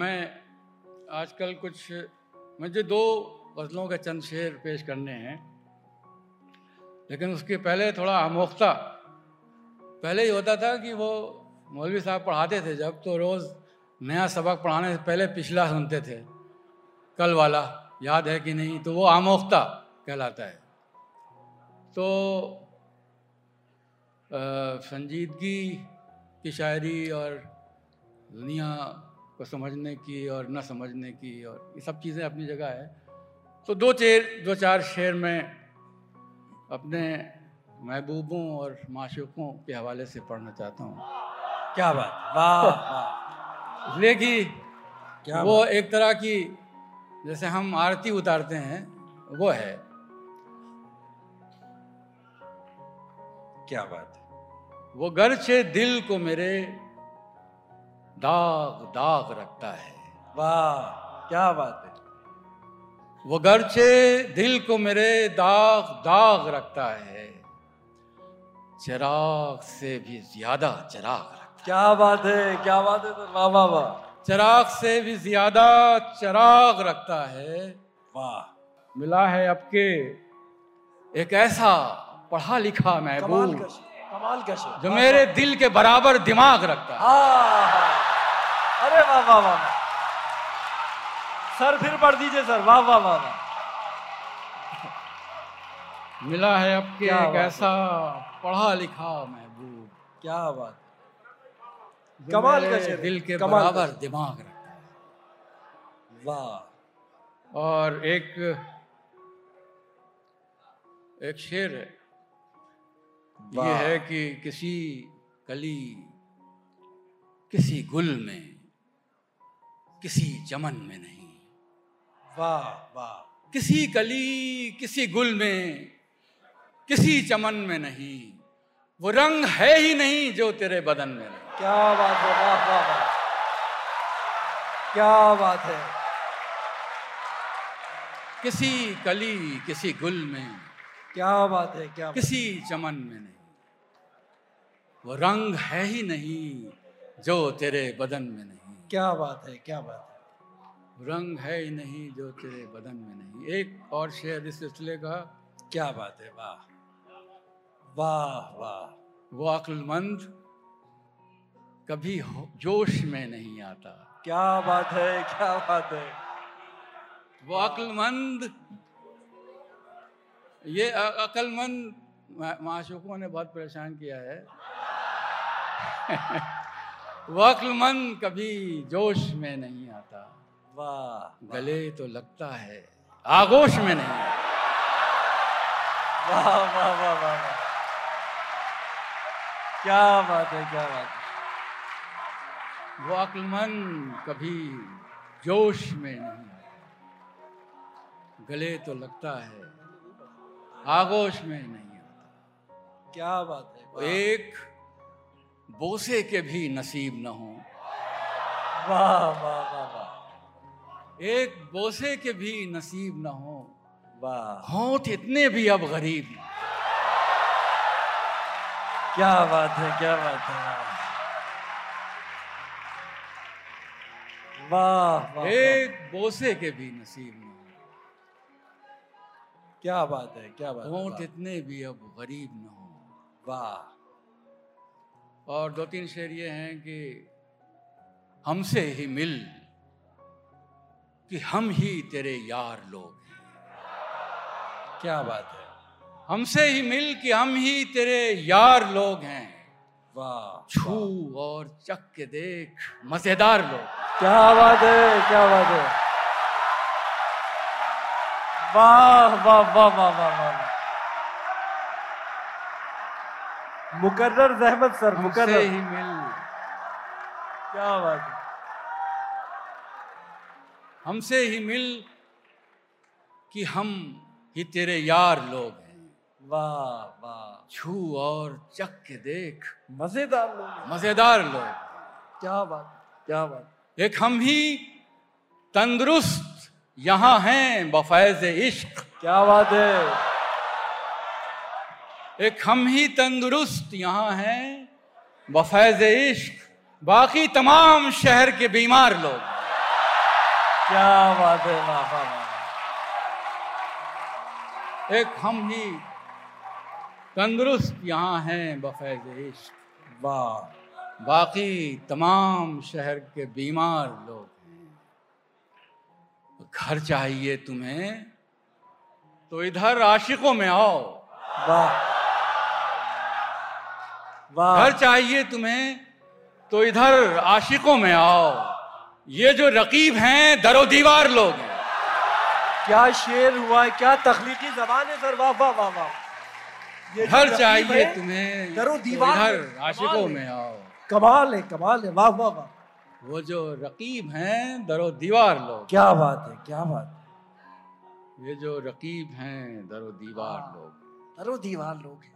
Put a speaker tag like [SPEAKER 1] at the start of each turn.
[SPEAKER 1] मैं आजकल कुछ मुझे दो गज़लों के चंद शेर पेश करने हैं लेकिन उसके पहले थोड़ा हमोख्ता पहले ही होता था कि वो मौलवी साहब पढ़ाते थे जब तो रोज़ नया सबक पढ़ाने से पहले पिछला सुनते थे कल वाला याद है कि नहीं तो वो आमोख्ता कहलाता है तो अ, संजीदगी की शायरी और दुनिया को समझने की और न समझने की और ये सब चीज़ें अपनी जगह है तो दो चेर दो चार शेर में अपने महबूबों और माशूकों के हवाले से पढ़ना चाहता हूँ
[SPEAKER 2] क्या बात वाह वाह
[SPEAKER 1] इसलिए कि
[SPEAKER 2] क्या
[SPEAKER 1] वो एक तरह की जैसे हम आरती उतारते हैं वो है
[SPEAKER 2] बात- क्या बात है
[SPEAKER 1] वो गर्चे दिल को मेरे दाग दाग रखता है
[SPEAKER 2] वाह क्या बात है
[SPEAKER 1] वो गर्चे दिल को मेरे दाग दाग रखता है चिराग से भी ज्यादा चिराग रखता
[SPEAKER 2] क्या बात है क्या बात है सर वाह वाह वाह
[SPEAKER 1] है चिराग से भी ज्यादा चिराग रखता है
[SPEAKER 2] वाह
[SPEAKER 1] मिला है अब के एक ऐसा पढ़ा लिखा
[SPEAKER 2] कमाल का
[SPEAKER 1] महबूब
[SPEAKER 2] शेर कमाल का शेर
[SPEAKER 1] जो मेरे दिल के बराबर दिमाग रखता है
[SPEAKER 2] हाँ अरे वाह वाह वाह वाह। सर फिर पढ़ दीजिए सर वाह वाह वाह वाह
[SPEAKER 1] मिला है अब के
[SPEAKER 2] क्या
[SPEAKER 1] एक
[SPEAKER 2] बात है।
[SPEAKER 1] ऐसा पढ़ा लिखा महबूब
[SPEAKER 2] क्या बात है
[SPEAKER 1] जो
[SPEAKER 2] कमाल का
[SPEAKER 1] मेरे
[SPEAKER 2] शेर है,
[SPEAKER 1] दिल के
[SPEAKER 2] कमाल का
[SPEAKER 1] बराबर
[SPEAKER 2] शेर।
[SPEAKER 1] दिमाग रखता है
[SPEAKER 2] वाह
[SPEAKER 1] और एक एक शेर है ये
[SPEAKER 2] वाह।
[SPEAKER 1] है कि किसी कली किसी गुल में किसी चमन में नहीं
[SPEAKER 2] वाह वाह
[SPEAKER 1] किसी कली किसी गुल में किसी चमन में नहीं वो रंग है ही नहीं जो तेरे बदन में नहीं
[SPEAKER 2] क्या बात है वाह वाह वाह क्या बात है
[SPEAKER 1] किसी कली किसी गुल में
[SPEAKER 2] क्या बात है क्या बात
[SPEAKER 1] किसी चमन में नहीं वो रंग है ही नहीं जो तेरे बदन में नहीं
[SPEAKER 2] क्या बात है क्या बात है
[SPEAKER 1] रंग है ही नहीं जो तेरे बदन में नहीं एक और शेर इस सिलसिले का
[SPEAKER 2] क्या बात है वाह वाह वाह
[SPEAKER 1] वो अक्लमंद कभी हो- जोश में नहीं आता
[SPEAKER 2] क्या बात है क्या बात है
[SPEAKER 1] वो अक्लमंद ये अ- अक्लमंद मा- माशूकों ने बहुत परेशान किया है वो अक्लमंद कभी जोश में नहीं आता
[SPEAKER 2] वाह
[SPEAKER 1] गले तो लगता है आगोश में नहीं आता।
[SPEAKER 2] वाह वाह वाह वाह वाह क्या बात है क्या बात है
[SPEAKER 1] वो अक्लमंद कभी जोश में नहीं आता गले तो लगता है आगोश में नहीं आता
[SPEAKER 2] क्या बात है वाह।
[SPEAKER 1] एक बोसे के भी नसीब न हो
[SPEAKER 2] वाह वाह वाह वाह
[SPEAKER 1] एक बोसे के भी नसीब न हो
[SPEAKER 2] वाह
[SPEAKER 1] होंठ इतने भी अब गरीब न हों।
[SPEAKER 2] क्या बात है क्या बात है वाह वाह वाह
[SPEAKER 1] एक बोसे के भी नसीब न
[SPEAKER 2] क्या बात है क्या बात
[SPEAKER 1] हो
[SPEAKER 2] है
[SPEAKER 1] होंठ
[SPEAKER 2] वाह।
[SPEAKER 1] इतने भी अब गरीब न हो
[SPEAKER 2] वाह
[SPEAKER 1] और दो तीन शेर ये हैं कि हमसे ही मिल कि हम ही तेरे यार लोग हैं।
[SPEAKER 2] क्या बात है
[SPEAKER 1] हमसे ही मिल कि हम ही तेरे यार लोग हैं
[SPEAKER 2] वाह
[SPEAKER 1] छू और चख के देख मजेदार लोग
[SPEAKER 2] क्या बात है क्या बात है वाह वाह वाह वाह वाह वाह मुकर्रर जहमत सर
[SPEAKER 1] हमसे
[SPEAKER 2] मुकर्रर
[SPEAKER 1] ही मिल
[SPEAKER 2] क्या बात है
[SPEAKER 1] हमसे ही मिल कि हम ही तेरे यार लोग हैं
[SPEAKER 2] वाह वाह
[SPEAKER 1] छू और चख के देख
[SPEAKER 2] मजेदार लोग हैं।
[SPEAKER 1] मजेदार लोग
[SPEAKER 2] क्या बात है, क्या बात है।
[SPEAKER 1] एक हम ही तंदुरुस्त यहाँ हैं बफैज इश्क
[SPEAKER 2] क्या बात है
[SPEAKER 1] एक हम ही तंदुरुस्त यहाँ हैं बफैज इश्क बाकी तमाम शहर के बीमार लोग
[SPEAKER 2] क्या बात है वाह वाह वाह, वाह
[SPEAKER 1] एक हम ही तंदुरुस्त यहाँ हैं बफैज इश्क
[SPEAKER 2] वाह
[SPEAKER 1] बाकी तमाम शहर के बीमार लोग हैं घर चाहिए तुम्हें तो इधर आशिकों में आओ
[SPEAKER 2] वाह वाह हाँ।
[SPEAKER 1] घर चाहिए तुम्हें तो इधर आशिकों में आओ ये जो रकीब हैं दरो दीवार लोग हैं
[SPEAKER 2] क्या शेर हुआ है क्या तखलीकी जबान है सर वाह वाह वाह वाह ये जो
[SPEAKER 1] घर
[SPEAKER 2] रकीब
[SPEAKER 1] चाहिए
[SPEAKER 2] है,
[SPEAKER 1] तुम्हें
[SPEAKER 2] दरो
[SPEAKER 1] तो
[SPEAKER 2] दीवार
[SPEAKER 1] इधर
[SPEAKER 2] लोग।
[SPEAKER 1] आशिकों
[SPEAKER 2] कमाल है।
[SPEAKER 1] में आओ
[SPEAKER 2] कमाल है कमाल है वाह वाह वाह
[SPEAKER 1] वो जो रकीब हैं दरो दीवार लोग
[SPEAKER 2] क्या बात है क्या बात है
[SPEAKER 1] ये जो रकीब हैं दरो दीवार लोग
[SPEAKER 2] हाँ। दरो दीवार लोग हैं